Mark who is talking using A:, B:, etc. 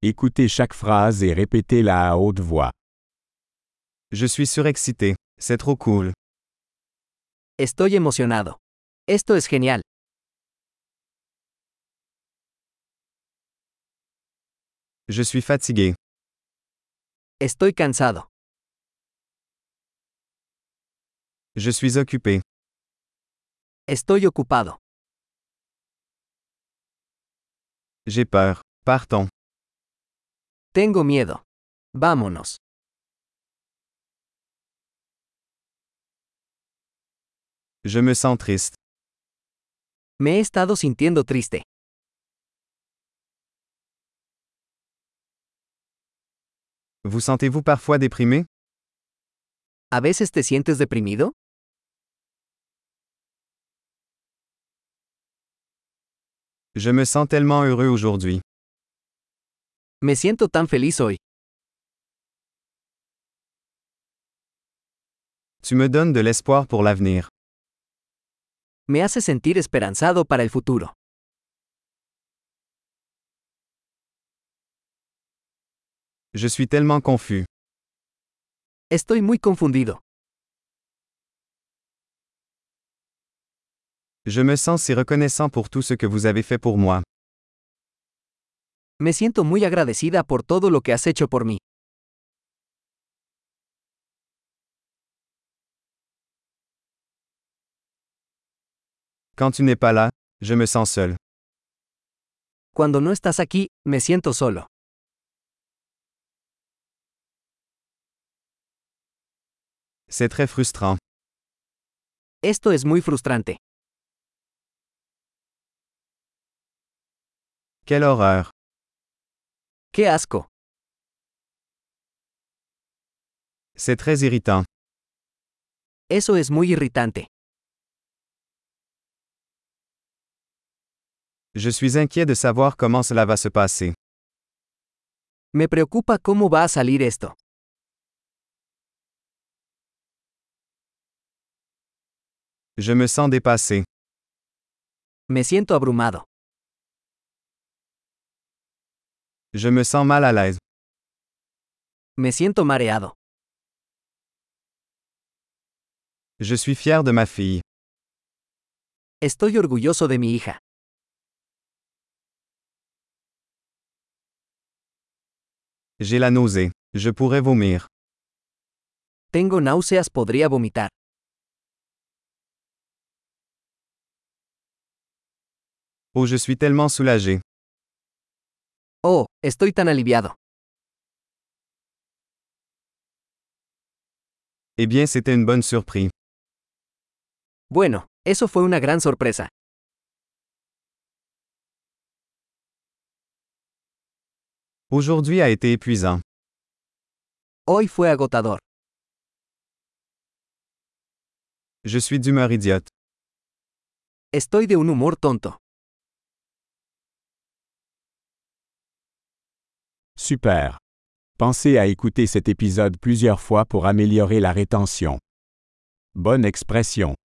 A: Écoutez chaque phrase et répétez-la à haute voix.
B: Je suis surexcité. C'est trop cool.
C: Estoy emocionado. Esto es genial.
B: Je suis fatigué.
C: Estoy cansado.
B: Je suis occupé.
C: Estoy ocupado.
B: J'ai peur. Partons.
C: Tengo miedo. Vámonos.
B: Je me sens triste.
C: Me he estado sintiendo triste.
B: Vous sentez-vous parfois déprimé?
C: ¿A veces te sientes deprimido?
B: Je me sens tellement heureux aujourd'hui.
C: Me siento tan feliz hoy.
B: Tu me donnes de l'espoir pour l'avenir.
C: Me hace sentir esperanzado para el futuro.
B: Je suis tellement confus.
C: Estoy muy confundido.
B: Je me sens si reconnaissant pour tout ce que vous avez fait pour moi.
C: Me siento muy agradecida por todo lo que has hecho por mí.
B: Quand tu n'es pas là, je me sens seul.
C: Cuando no estás aquí, me siento solo.
B: C'est très frustrant.
C: Esto es muy frustrante.
B: Quelle horreur.
C: ¡Qué asco!
B: C'est très irritant.
C: Eso es muy irritante.
B: Je suis inquiet de savoir comment cela va se passer.
C: Me preocupa cómo va a salir esto.
B: Je me sens dépassé.
C: Me siento abrumado.
B: Je me sens mal à l'aise.
C: Me siento mareado.
B: Je suis fier de ma fille.
C: Estoy orgulloso de mi hija.
B: J'ai la nausée. Je pourrais vomir.
C: Tengo náuseas, podría vomitar.
B: Oh, je suis tellement soulagé.
C: Oh, estoy tan aliviado.
B: Eh bien, c'était une bonne surprise.
C: Bueno, eso fue una gran sorpresa.
B: Aujourd'hui a été épuisant.
C: Hoy fue agotador.
B: Je suis d'humeur idiote.
C: Estoy de un humor tonto.
A: Super. Pensez à écouter cet épisode plusieurs fois pour améliorer la rétention. Bonne expression.